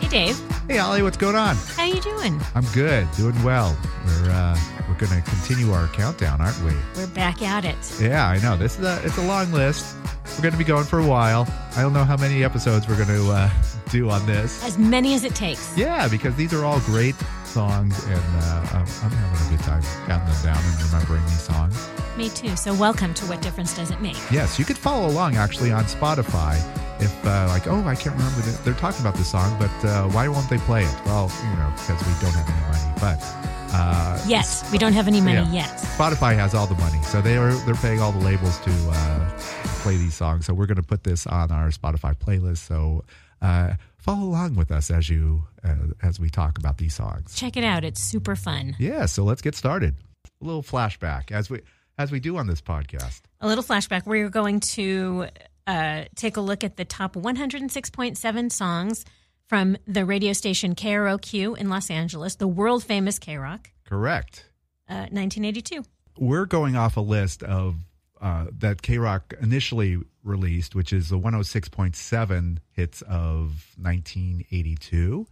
Hey, Dave. Hey, Ollie, what's going on? How you doing? I'm good, doing well. We're uh, we're going to continue our countdown, aren't we? We're back at it. Yeah, I know. This is a it's a long list. We're going to be going for a while. I don't know how many episodes we're going to uh, do on this. As many as it takes. Yeah, because these are all great songs, and uh, I'm, I'm having a good time counting them down and remembering these songs. Me too. So welcome to What Difference Does It Make? Yes, you could follow along actually on Spotify. If uh, like, oh, I can't remember, that they're talking about this song, but uh, why won't they play it? Well, you know, because we don't have any money. But uh, Yes, we don't have any money Yeah. yet. Spotify has all the money, so they are they're paying all the labels to uh, play these songs. So we're going to put this on our Spotify playlist. So uh, follow along with us as you uh, as we talk about these songs. Check it out. It's super fun. Yeah, so let's get started. A little flashback as we as we do on this podcast. A little flashback. We're going to uh, take a look at the top 106.7 songs from the radio station KROQ in Los Angeles, the world famous K Rock, Correct. uh, 1982. We're going off a list of uh, that K Rock initially released, which is the 106.7 hits of 1982.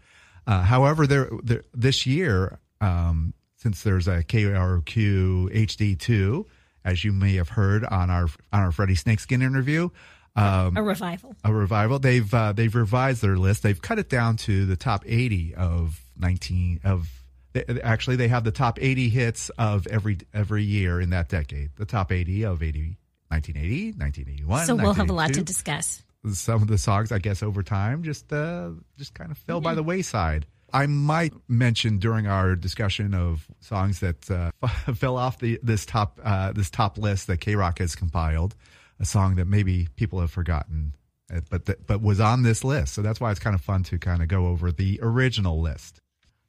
Uh, however, there, there this year, um, since there's a KROQ HD2, as you may have heard on our on our Freddie Snakeskin interview, um, A revival. a revival. They've uh, they've revised their list. They've cut it down to the top 80 of 19 of th- actually they have the top 80 hits of every every year in that decade. The top 80 of 80 1980, 1981. so we'll have a lot to 1982. discuss. Some of the songs I guess over time just uh just kind of fell by the wayside. I might mention during our discussion of songs that uh, fell off the this top uh, this top list that K Rock has compiled, a song that maybe people have forgotten, uh, but that but was on this list. So that's why it's kind of fun to kind of go over the original list.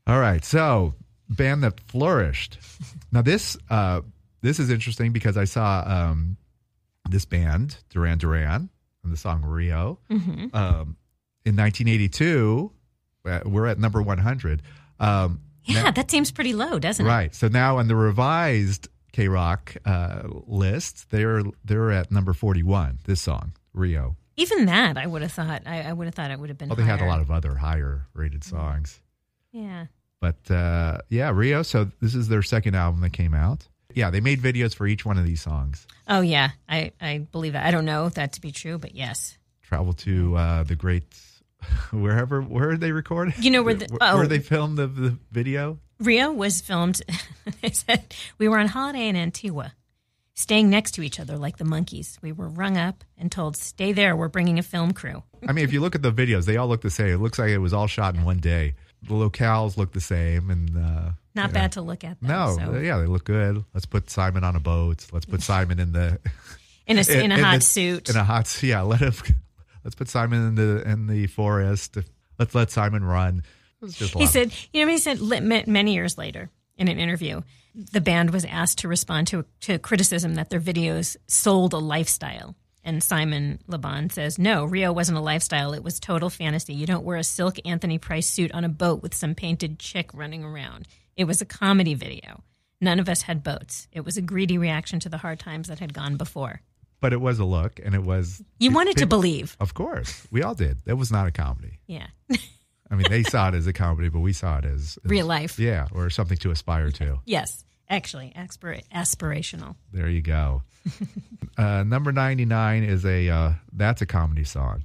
All right, so band that flourished. Now this uh, this is interesting because I saw um, this band Duran Duran and the song Rio hmm um, in 1982, uh, we're at number 100. Um, Yeah, that seems pretty low, doesn't it? right. So now on the revised K Rock uh, list, they're they're at number 41. This song, Rio. Even that, I would have thought. I, I would have thought it would have been. Well, Oh, they had a higher. Mm-hmm. lot of other higher rated songs, Yeah. but uh, yeah, Rio. So this is their second album that came out. Yeah, they made videos for each one of these songs. Oh yeah, I I believe that. I don't know that to be true, but yes. Travel to uh, the great. Wherever, where they recorded? You know where the- where, oh. they filmed the, the video? Rio was filmed. they said we were on holiday in Antigua, staying next to each other like the monkeys. We were rung up and told, "Stay there. We're bringing a film crew." I mean, if you look at the videos, they all look the same. It looks like it was all shot in one day. The locales look the same, and uh, Not you know. bad to look at. Though, No, so. yeah, they look good. Let's put Simon on a boat. Let's put Simon in the in a in, a hot the- suit. In a hot suit, yeah. Let him. Let's put Simon in the in the forest. Let's let Simon run. It was just a he lot said, of- "You know," he said li- ma- many years later in an interview. The band was asked to respond to to criticism that their videos sold a lifestyle. And Simon Laban says, "No, Rio wasn't a lifestyle. It was total fantasy. You don't wear a silk Anthony Price suit on a boat with some painted chick running around. It was a comedy video. None of us had boats. It was a greedy reaction to the hard times that had gone before. but it was a look, and it was You wanted to people- believe, Of course, we all did. That was not a comedy. yeah, I mean, they saw it as a comedy, but we saw it as, as real life. Yeah, or something to aspire to. Yes, Actually, aspir- aspirational. There you go. uh, number 99 is a, uh, that's a comedy song.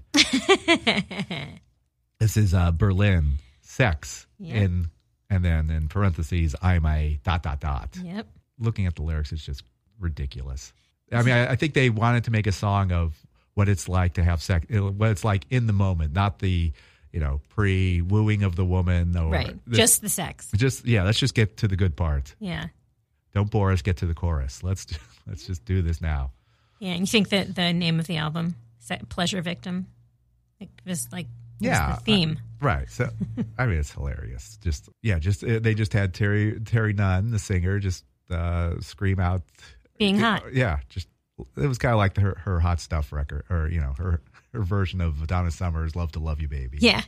this is uh, Berlin, Sex, Yeah. in, and then in parentheses, I'm a dot, dot, dot. Yep. Looking at the lyrics, it's just ridiculous. I mean, I, I think they wanted to make a song of what it's like to have sex, uh, what it's like in the moment, not the, you know, pre wooing of the woman or Right. the- Just the sex. just, yeah, let's just get to the good part. Yeah. Don't bore us, get to the chorus. Let's, let's just do this now. Yeah. And you think that the name of the album, Se- Pleasure Victim, like, was like was Yeah, the theme. Right. So, I mean, it's hilarious. Just yeah, just uh, they just had Terry Terry Nunn, the singer, just uh, scream out Uh, Being hot. Yeah, just it was kind of like her her hot stuff record, or you know, her her version of Donna Summer's "Love to Love You, Baby." Yeah.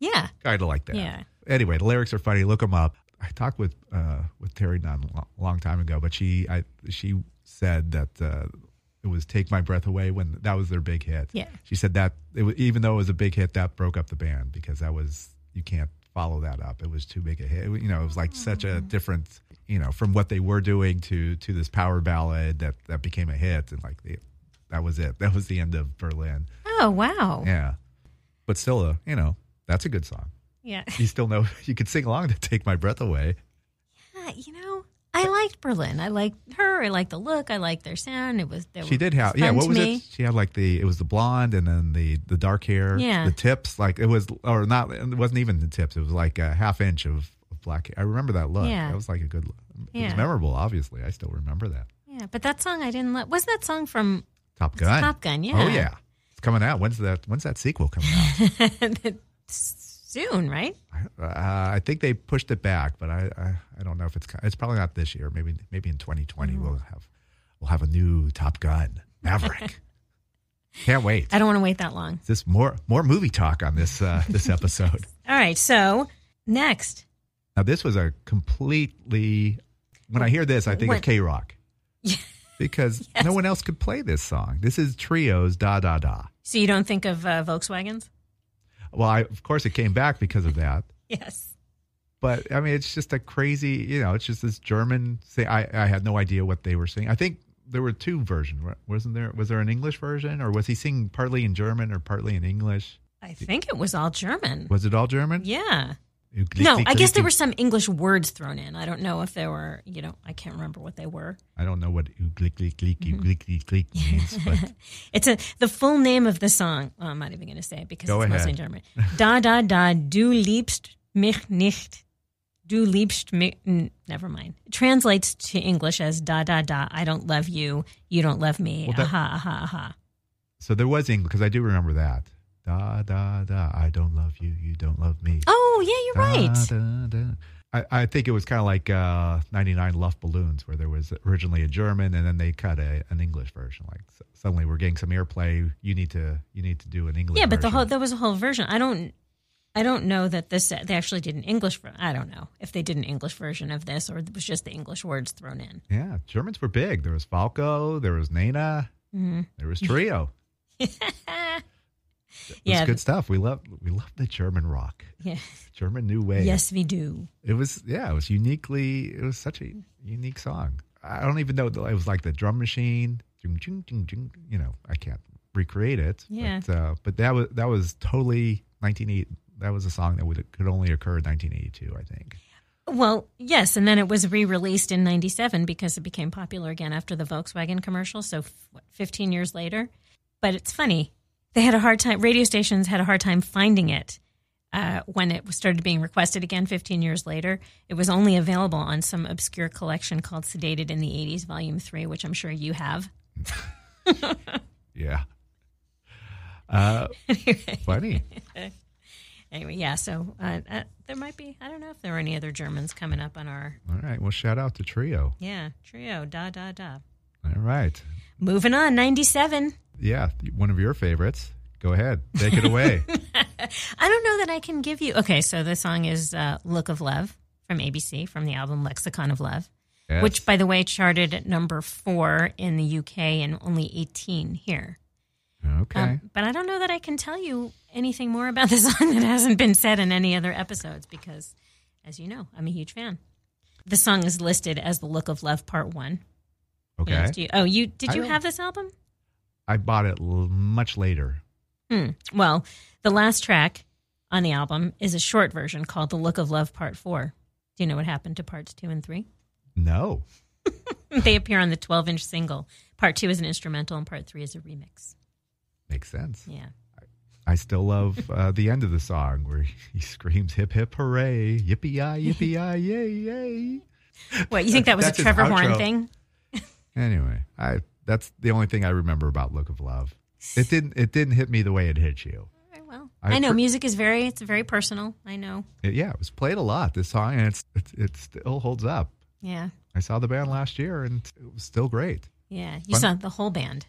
yeah. kind of like that. Yeah. Anyway, the lyrics are funny. Look them up. I talked with uh, with Terry Nunn a lo- long time ago, but she I, she said that uh, it was "Take My Breath Away" when that was their big hit. Yeah. she said that it was, even though it was a big hit, that broke up the band because that was you can't follow that up. It was too big a hit. It, you know, it was like such a Mm-hmm. different you know from what they were doing to to this power ballad that that became a hit and like the, that was it. That was the end of Berlin. Oh, wow. Yeah, but still, uh, you know, that's a good song Yeah. you still know you could sing along to take my breath away. Uh, you know, I liked Berlin. I liked her. I liked the look. I liked their sound. It was. They She were- did it have yeah. fun What to was me. it? She had like the it was the blonde and then the the dark hair. Yeah. the tips like it was or not. It wasn't even the tips. It was like a half inch of, of black. hair. I remember that look. Yeah. that was like a good. look. It was Yeah. memorable. Obviously, I still remember that. Yeah, but that song I didn't. Let, wasn't that song from? Top Gun. Top Gun, yeah. Oh yeah, it's coming out. When's that? When's that sequel coming out? Soon, right? uh, I think they pushed it back, but I, I I don't know if it's co- it's probably not this year. Maybe maybe in 2020 we'll have we'll have a new Top Gun Maverick. Can't wait. I don't want to wait that long. this more more movie talk on this uh, this episode. All right, so next, now this was a completely when I hear this I think What- of K Rock because no one else could play this song. This is Trio's Da Da Da. so you don't think of uh, Volkswagens? Well, I, of course it came back because of that. Yes. But I mean, it's just a crazy, you know, it's just this German thing. I, I had no idea what they were singing. I think there were two versions, wasn't there? Was there an English version or was he singing partly in German or partly in English? I think it was all German. Was it all German? Yeah. No, I guess there were some English words thrown in. I don't know if there were, you know, I can't remember what they were. I don't know what glick glick glick Mm-hmm. glick glick glick means, but It's a the full name of the song. Well, I'm not even going to say it because Go it's mostly in ahead. German. Da da da, du liebst mich nicht. Du liebst mich. n- Never mind. It translates to English as da da da. I don't love you. You don't love me. Well, that- aha aha aha. so there was English because I do remember that. Da da da. I don't love you. You don't love me. Oh yeah, you're Da, right. da, da. I, I think it was kind of like uh, 99 Luft Balloons, where there was originally a German and then they cut a, an English version. Like s- suddenly we're getting some airplay. You need to you need to do an English. Yeah, but the version. whole there was a whole version. I don't. I don't know that this they actually did an English. ver- I don't know if they did an English version of this or it was just the English words thrown in. yeah, Germans were big. There was Falco. There was Nena. Mm-hmm. There was Trio. It was Yeah. good stuff. We love we love the German rock, Yeah. German new wave. Yes, we do. It was yeah, it was uniquely it was such a unique song. I don't even know it was like the drum machine. Jing, jing, jing, jing. You know, I can't recreate it. Yeah. But, uh, but that was that was totally 1980. That was a song that would could only occur in 1982, I think. Well, yes, and then it was re-released in '97 because it became popular again after the Volkswagen commercial. So, f- what, 15 years later. But it's funny; they had a hard time. Radio stations had a hard time finding it uh, when it was- started being requested again 15 years later. It was only available on some obscure collection called "Sedated in the '80s, Volume Three, which I'm sure you have. Yeah. Uh, funny. Anyway, yeah. So uh, uh, there might be. I don't know if there were any other Germans coming up on our All right. Well, shout out to Trio. yeah trio. Da da da. All right. Moving on, '97. Yeah, one of your favorites. Go ahead, take it away. I don't know that I can give you. Okay, so the song is uh, Look of Love from ABC from the album Lexicon of Love, Yes. which, by the way, charted at number four in the UK and only 18 here. okay. Um, but I don't know that I can tell you anything more about the song that hasn't been said in any other episodes because, as you know, I'm a huge fan. the song is listed as the Look of Love Part One. Okay. Yes, do you- oh, you did I you don't- have this album? I bought it l- much later. Hmm. Well, the last track on the album is a short version called "The Look of Love Part 4. Do you know what happened to parts two and three? No. they appear on the 12-inch single. Part two is an instrumental, and part three is a remix. Makes sense. Yeah. I still love uh, the end of the song where he screams "Hip hip hooray, yippee yi, yippee yi, yay yay." What you think that was a That's his Trevor Horn outro. thing? Anyway, I that's the only thing I remember about "Look of Love." It didn't it didn't hit me the way it hit you. All right, well, I I, know appre- music is very it's very personal. I know. It- yeah, it was played a lot this song, and it's it, it still holds up. Yeah. I saw the band last year, and it was still great. Yeah. You Fun- saw the whole band.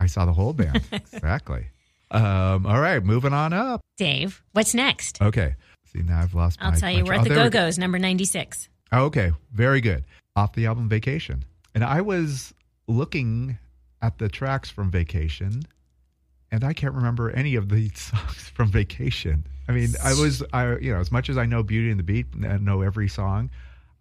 I saw the whole band exactly. Um, all right, moving on up. Dave, what's next? Okay, see now I've lost. I'll my, tell you. my We're tra- at oh, the there we Go go. Go's, number 96. Oh, Okay, very good. Off the album Vacation. And I was looking at the tracks from Vacation and I can't remember any of the songs from Vacation. I mean, I was I you know, as much as I know Beauty and the Beat and I know every song,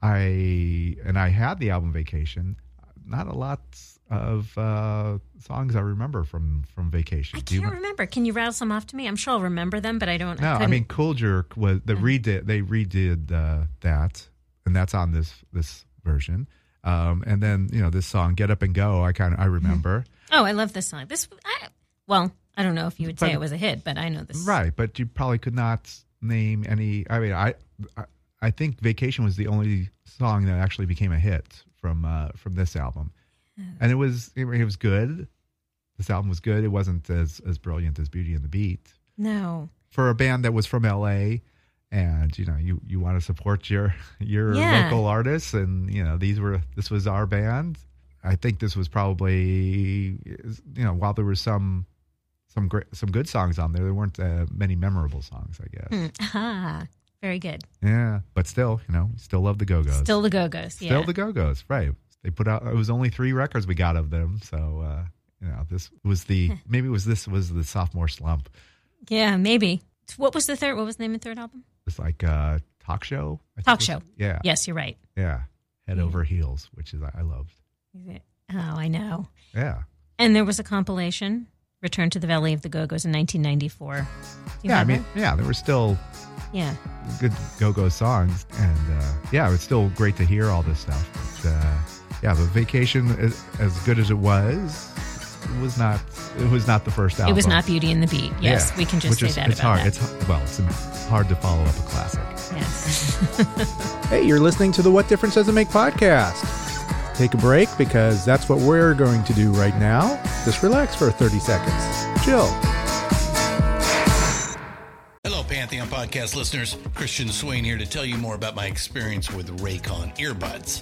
I and I had the album Vacation, not a lot of uh songs I remember from from Vacation. I Do you can't mi- remember. Can you rattle some off to me? I'm sure I'll remember them, but I don't. no, I couldn't. mean Cool Jerk was the redid they redid uh, that, and that's on this this version. Um, and then you know this song "Get Up and Go" I kind of I remember Oh, I love this song. This, I, well, I don't know if you would say But- it was a hit, but I know this. right, but you probably could not name any. I mean I I, I think "Vacation" was the only song that actually became a hit from uh, from this album, and it was it, was good. This album was good. It wasn't as as brilliant as Beauty and the Beat, No. for a band that was from LA and you know you you want to support your your Yeah. local artists and you know these were this was our band i think this was probably you know while there were some some great some good songs on there there weren't uh, many memorable songs i guess Hmm. Ah, very good. yeah but still you know still love the go-go's Still the Go Go's. Yeah. Still the go-go's right they put out it was only three records we got of them so uh you know this was the maybe it was this was the sophomore slump yeah, maybe. What was the third? What was the name of the third album? it's like uh talk show I Talk think show. was- yeah Yes, you're right. Yeah. Head over heels, which is I loved. Oh, I know. Yeah. And there was a compilation, Return to the Valley of the Go Go's in 1994. Do you yeah, I have mean, yeah, there were still that? yeah. good go-go songs and uh, yeah, it's still great to hear all this stuff. But, uh, yeah, but Vacation as, as good as it was, it was not it was not the first album. It was not Beauty and the Beat. Yes, Yeah. we can just Which say is- that It's about hard. that. It's well, it's hard to follow up a classic. yes. Hey, you're listening to the What Difference Does It Make podcast. Take a break because that's what we're going to do right now. Just relax for 30 seconds. Chill. Hello, Pantheon podcast listeners. Christian Swain here to tell you more about my experience with Raycon earbuds.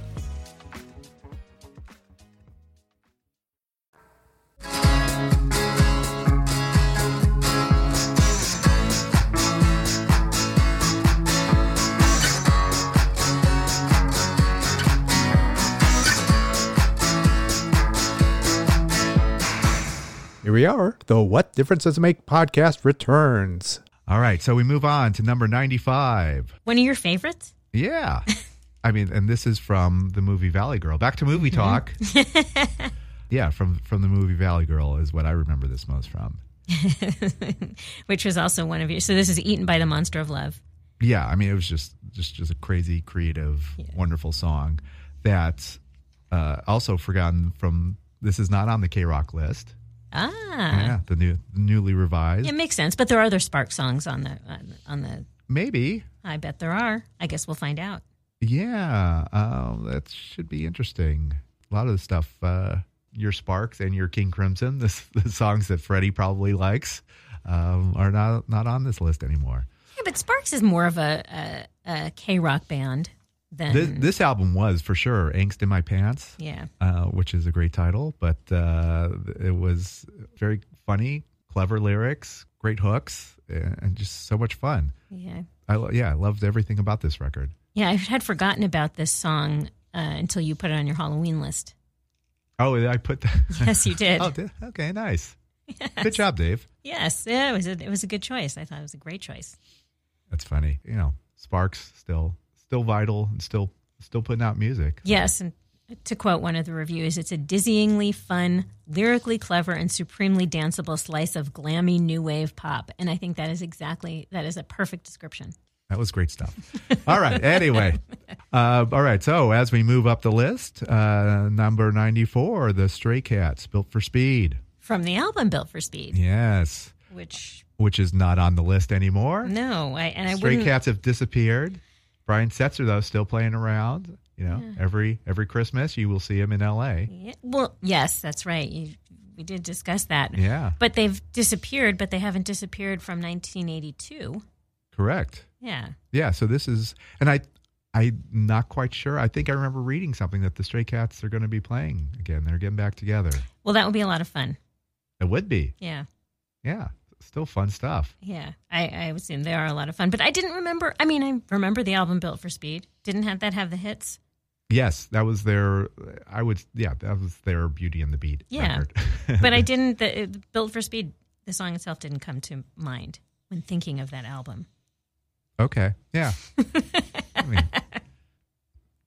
Here we are. The What Difference Does It Make podcast returns. All right, so we move on to number 95. One of your favorites? Yeah. I mean, and this is from the movie Valley Girl. Back to movie talk. yeah, from from the movie Valley Girl is what I remember this most from. Which was also one of your. So this is Eaten by the Monster of Love. yeah, I mean, it was just just just a crazy, creative, wonderful song that uh, also forgotten from. This is not on the K Rock list. Ah. yeah, the new newly revised. It makes sense, but there are other Spark songs on the on, on the. Maybe. I bet there are. I guess we'll find out. Yeah, um, that should be interesting. A lot of the stuff, uh, your Sparks and your King Crimson, this, the songs that Freddie probably likes, um, are not not on this list anymore. Yeah, but Sparks is more of a a, a K rock band than This, this album was for sure "Angst in My Pants." Mm. yeah. uh, which is a great title, but uh, it was very funny, clever lyrics, great hooks, and and just so much fun. Yeah. I lo- yeah, I loved everything about this record. Yeah, I had forgotten about this song uh, until you put it on your Halloween list. Oh, I put that. Yes, you did. oh, did- okay, nice. Good job, Dave. Yes, yeah, it was a, it was a good choice. I thought it was a great choice. That's funny. You know, Sparks still still vital and still still putting out music. Yes, and to quote one of the reviews, it's a dizzyingly fun, lyrically clever, and supremely danceable slice of glammy new wave pop. And I think that is exactly that is a perfect description. That was great stuff. All right. Anyway. Uh, all right. So as we move up the list, uh, number 94, The Stray Cats, Built for Speed. From the album Built for Speed, Yes, which which is not on the list anymore. no, I and I Stray wouldn't cats have disappeared. Brian Setzer though still playing around. You know, every every Christmas you will see him in L.A. Yeah, well, yes, that's right. You, we did discuss that. Yeah. But they've disappeared, but they haven't disappeared from 1982. Correct. Yeah. Yeah. So this is, and I I'm not quite sure. I think I remember reading something that the Stray Cats are going to be playing again. They're getting back together. Well, that would be a lot of fun. It would be. Yeah. Yeah. Still fun stuff. Yeah. I, I would assume they are a lot of fun. But I didn't remember. I mean, I remember the album Built for Speed. Didn't have that have the hits? Yes, that was their. I would. Yeah, that was their Beauty and the Beat. Yeah. record. But I didn't. The, the Built for Speed, the song itself didn't come to mind when thinking of that album. Okay. Yeah. I mean,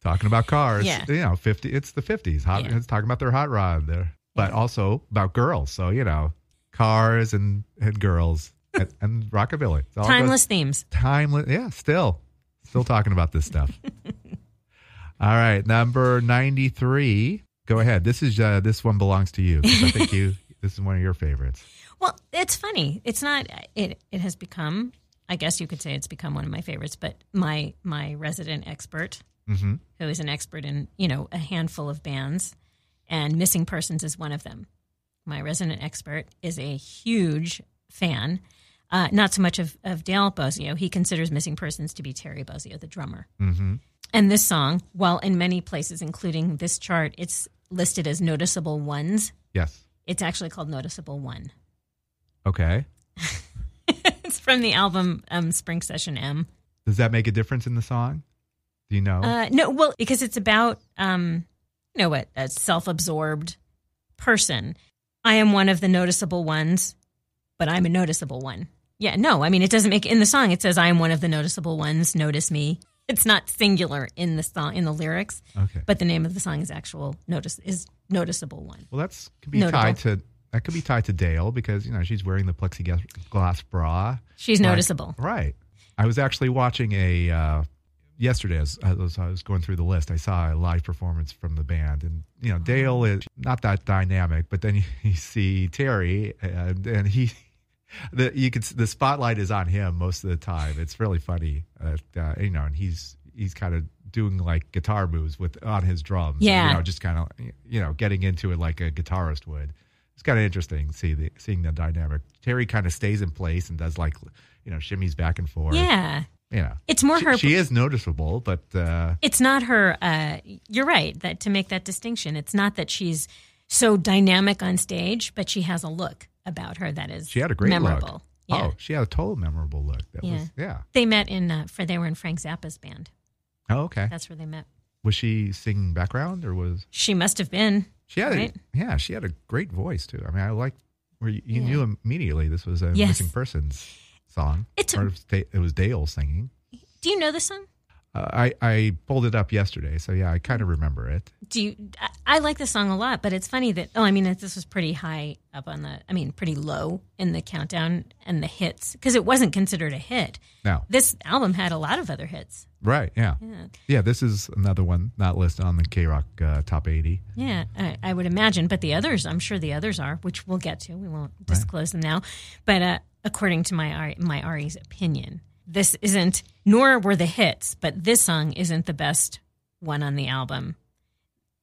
talking about cars. Yeah. You know, fifty. It's the fifties. Hot. Yeah. It's talking about their hot rod there, but also about girls. So you know, cars and and girls and, and rockabilly. It's all Timeless themes. Goes, timeless. Yeah. Still, still talking about this stuff. all right, number ninety three. Go ahead. This is uh, this one belongs to you. 'cause I think you. This is one of your favorites. Well, it's funny. It's not. It it has become. I guess you could say it's become one of my favorites. But my my resident expert, Mm-hmm. who is an expert in you know a handful of bands, and missing persons is one of them. My resident expert is a huge fan. Uh, not so much of, of Dale Bosio. He considers Missing Persons to be Terry Bosio, the drummer. Mm-hmm. And this song, while in many places, including this chart, it's listed as Noticeable Ones, Yes. it's actually called Noticeable One. Okay. it's from the album um, Spring Session M. Does that make a difference in the song? Do you know? Uh, no, well, because it's about um, you know what a self-absorbed person. I am one of the noticeable ones, but I'm a noticeable one. Yeah, no, I mean it doesn't make in the song. It says I am one of the noticeable ones. Notice me. It's not singular in the song in the lyrics, okay. but the name of the song is actual notice is noticeable one. Well, that's could be Notable. tied to that could be tied to Dale because you know she's wearing the plexiglass bra. She's noticeable. Right. I was actually watching a uh, yesterday as, as I was going through the list. I saw a live performance from the band, and you know Dale is not that dynamic, but then you, you see Terry, and, and he. The, you could s- the spotlight is on him most of the time. It's really funny, uh, uh, you know, and he's he's kind of doing like guitar moves with on his drums. Yeah. you know, just kind of you know getting into it like a guitarist would. It's kind of interesting see the seeing the dynamic. Terry kind of stays in place and does like you know shimmies back and forth. Yeah, you know, it's more she, her. she is noticeable, but uh, it's not her uh, you're right that to make that distinction it's not that she's so dynamic on stage but she has a look about her that is she had a great memorable look. Yeah. Oh, she had a total memorable look. That was yeah. they met in uh, for they were in frank zappa's band Oh, okay. that's where they met Was she singing background or was she must have been she had Right. a, yeah she had a great voice too. I mean, I like where you, you knew immediately this was a Yes. missing persons song. It's a- Part of Da- it was Dale singing. Do you know the song? Uh, I I pulled it up yesterday, so yeah, I kind of remember it. Do you? I, I like the song a lot, but it's funny that oh, I mean, this was pretty high up on the. I mean, pretty low in the countdown and the hits because it wasn't considered a hit. No, This album had a lot of other hits. right? Yeah, Yeah. yeah. This is another one not listed on the K Rock uh, top eighty. Yeah, I, I would imagine. But the others, I'm sure the others are, which we'll get to. We won't disclose them now. But uh, according to my Ari- my Ari's opinion, this isn't. Nor were the hits, but this song isn't the best one on the album.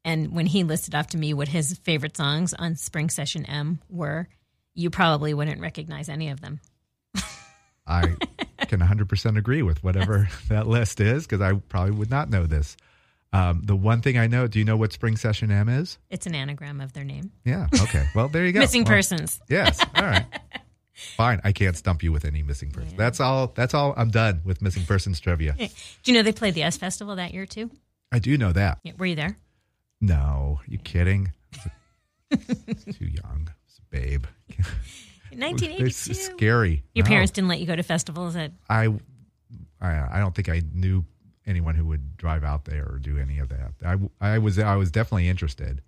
And when he listed off to me what his favorite songs on Spring Session M were, you probably wouldn't recognize any of them. I can 100% agree with whatever that list is because I probably would not know this. Um, the one thing I know, do you know what Spring Session M is? It's an anagram of their name, Yeah. Okay. Well, there you go. missing Well, persons. Yes. All right. Fine. I can't stump you with any missing person. That's all. That's all. I'm done with missing persons trivia. Do you know they played the S Festival that year too? I do know that. Yeah, were you there? No, you kidding? It's too young. It's a babe. This 1982. is scary. Your No. parents didn't let you go to festivals at I, I I don't think I knew anyone who would drive out there or do any of that. I, w- I was I was definitely interested,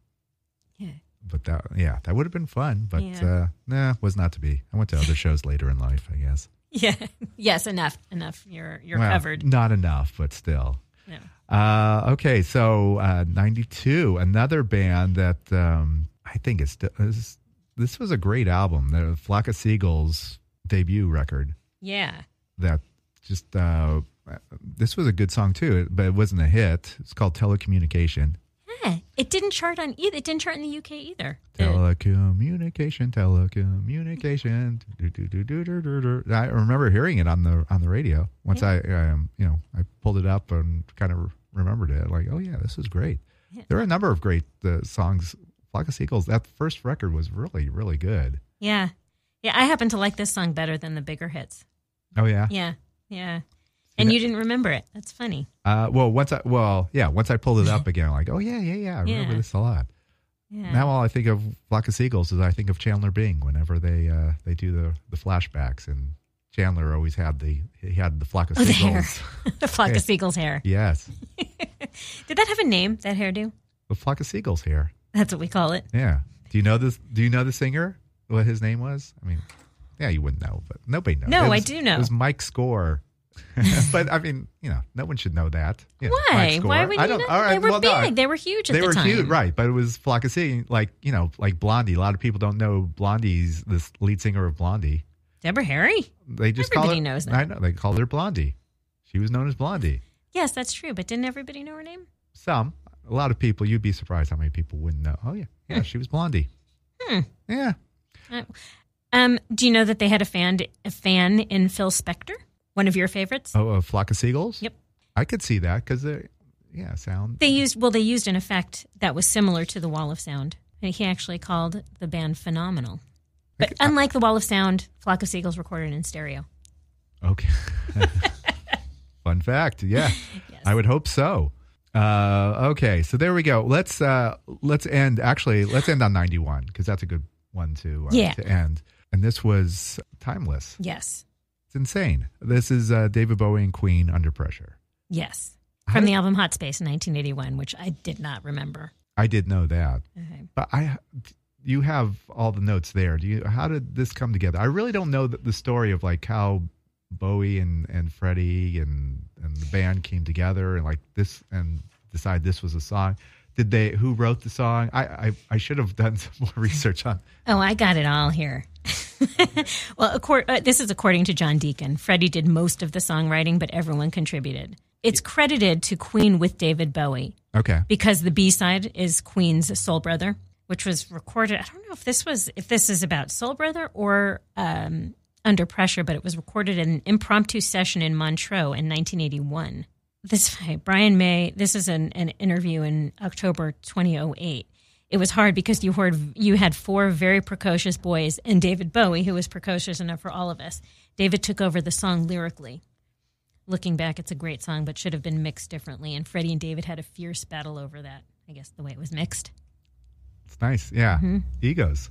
yeah. but that yeah that would have been fun, but Yeah. uh, nah was not to be. I went to other shows later in life, I guess. Yeah. Yes, enough. Enough. You're you're Well, covered. Not enough, but still. No. Uh, okay, so uh, '92, another band that um, I think is, st- is this was a great album, the Flock of Seagulls debut record. Yeah. that just uh, this was a good song too, but it wasn't a hit. It's called Telecommunication. Yeah. It didn't chart on either it didn't chart in the UK either. The- Telecommunication, telecommunication. Do, do, do, do, do, do, do. I remember hearing it on the on the radio. Once I, um, you know, I pulled it up and kind of remembered it. Like, oh yeah, this is great. There are a number of great uh, songs. Flock of Seagulls. That first record was really, really good. yeah. Yeah. I happen to like this song better than the bigger hits. Oh yeah. Yeah. Yeah. And you didn't remember it. That's funny. Uh, well, once I, well, yeah, once I pulled it up again, like, oh yeah, yeah, yeah, I remember Yeah. this a lot. Yeah. Now all I think of Flock of Seagulls is I think of Chandler Bing whenever they uh, they do the, the flashbacks and Chandler always had the he had the flock of oh, the hair. seagulls. the flock of seagulls hair. yes. Did that have a name, that hairdo? The flock of seagulls hair. That's what we call it. Yeah. Do you know this do you know the singer? What his name was? I mean yeah, you wouldn't know, but nobody knows. No, It I was- do know. It was Mike Score. but I mean, you know, no one should know that. You know, Why? Mike Score. Why would I you don't, not? All right, they were well, big. no, I- they were huge at they the were time. huge, right? But it was Flock of Seagulls, like you know, like Blondie. A lot of people don't know Blondie's this lead singer of Blondie. Deborah Harry? They just call her, Everybody knows that. I know they called her Blondie. She was known as Blondie. Yes, that's true. But didn't everybody know her name? Some, a lot of people. You'd be surprised how many people wouldn't know. Oh yeah, yeah, she was Blondie. Hmm. Yeah, Um, do you know that they had a fan a fan in Phil Spector, one of your favorites? oh, a flock of seagulls. Yep. I could see that because they, yeah, sound. They used well, they used an effect that was similar to the Wall of Sound. And he actually called the band phenomenal. But unlike the Wall of Sound, Flock of Seagulls recorded in stereo. Okay. Fun fact. Yeah. I would hope so. Uh, okay, so there we go. Let's uh, let's end. Actually, let's end on ninety one because that's a good one to uh, Yeah. to end. And this was timeless. Yes. It's insane. This is uh, David Bowie and Queen under pressure. Yes. How From did- the album Hot Space in 1981, which I did not remember. I did know that, Okay. but I you have all the notes there. Do you? How did this come together? I really don't know the, the story of like how Bowie and and Freddie and and the band came together and like this and decide this was a song. Did they? Who wrote the song? I I, I should have done some more research on. Oh, I got it all here. well, accor- uh, this is according to John Deacon. Freddie did most of the songwriting, but everyone contributed. It's credited to Queen with David Bowie Okay, because the B side is Queen's Soul Brother, which was recorded. I don't know if this was if this is about Soul Brother or um, Under Pressure, but it was recorded in an impromptu session in Montreux in 1981. This by Brian May. This is an, an interview in October 2008. It was hard because you heard you had four very precocious boys and David Bowie, who was precocious enough for all of us. David took over the song lyrically. Looking back, it's a great song, but should have been mixed differently. And Freddie and David had a fierce battle over that. I guess the way it was mixed. it's nice. Yeah, egos.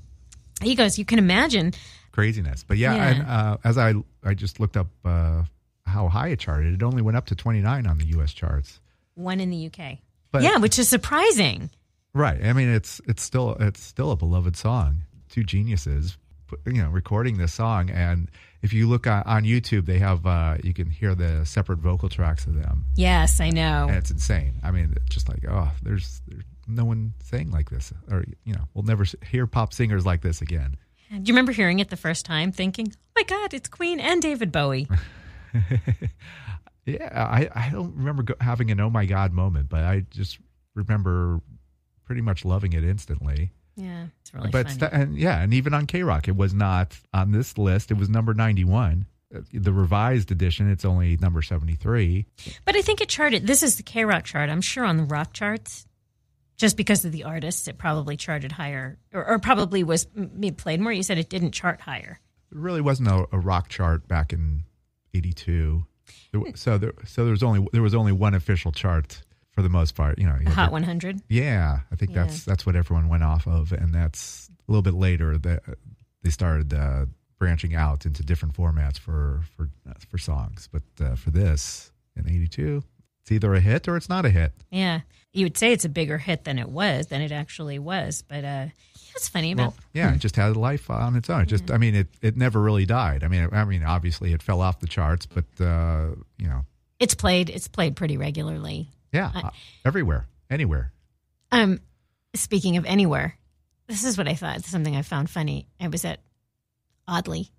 He goes, you can imagine. craziness. But yeah, Yeah. and uh, as I I just looked up uh, how high it charted, it only went up to 29 on the U.S. charts. One in the UK. But- yeah, which is surprising. Right. I mean, it's it's still it's still a beloved song. Two geniuses, pu- you know, recording this song, and if you look on, on YouTube, they have uh, you can hear the separate vocal tracks of them, Yes, I know. and it's insane. I mean, it's just like oh, there's, there's no one sang like this, or you know, we'll never s- hear pop singers like this again. Do you remember hearing it the first time thinking, oh my God, it's Queen and David Bowie? Yeah, I, I don't remember go- having an oh my god moment, but I just remember pretty much loving it instantly. yeah, it's really but funny. st- and yeah, and even on K Rock, it was not on this list. It was number ninety one. The revised edition, it's only number seventy three. But I think it charted. This is the K Rock chart. I'm sure on the rock charts, just because of the artists, it probably charted higher, or, or probably was m- played more. You said it didn't chart higher. There really wasn't a, a rock chart back in eighty two. Hmm. So there, so there was only there was only one official chart for the most part. You know, you The had the- Hot 100. Yeah, I think that's that's what everyone went off of, and that's a little bit later that uh, they started uh, branching out into different formats for for for songs. But uh, for this in '82, it's either a hit or it's not a hit. Yeah, you would say it's a bigger hit than it was than it actually was. But uh, that's funny about. Well, yeah, it just had a life on its own. It just, I mean, it it never really died. I mean, I mean, obviously it fell off the charts, but uh, you know, it's played. It's played pretty regularly. yeah, uh, everywhere, anywhere. Um, speaking of anywhere, this is what I thought. Something I found funny. I was at oddly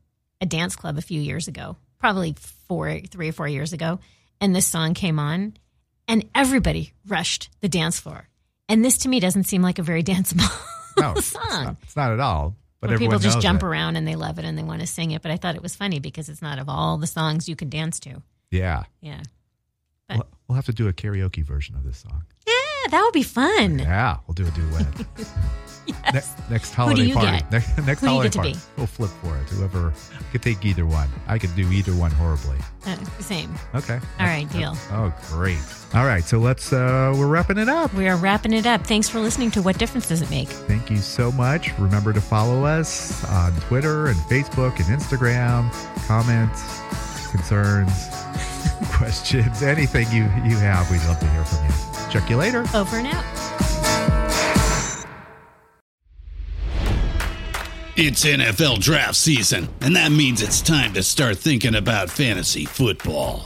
a dance club a few years ago, probably four, three or four years ago, and this song came on, and everybody rushed the dance floor. And this to me doesn't seem like a very danceable No, it's song. not, it's not at all. But where everyone people just knows jump it. around and they love it and they want to sing it. But I thought it was funny because it's not of all the songs you can dance to. Yeah, Yeah. But- we'll, we'll have to do a karaoke version of this song. Yeah, that would be fun. Yeah, we'll do a duet. Yes. Ne- next holiday you party. get? Next, next Who do you holiday get to party. be? We'll flip for it. Whoever I could take either one. I could do either one horribly. Uh, same. Okay. All right, deal. Oh, great. All right. So let's, uh, we're wrapping it up. We are wrapping it up. Thanks for listening to What Difference Does It Make? Thank you so much. Remember to follow us on Twitter and Facebook and Instagram. Comments, concerns, questions, anything you, you have, we'd love to hear from you. Check you later. Over and out. It's NFL draft season, and that means it's time to start thinking about fantasy football.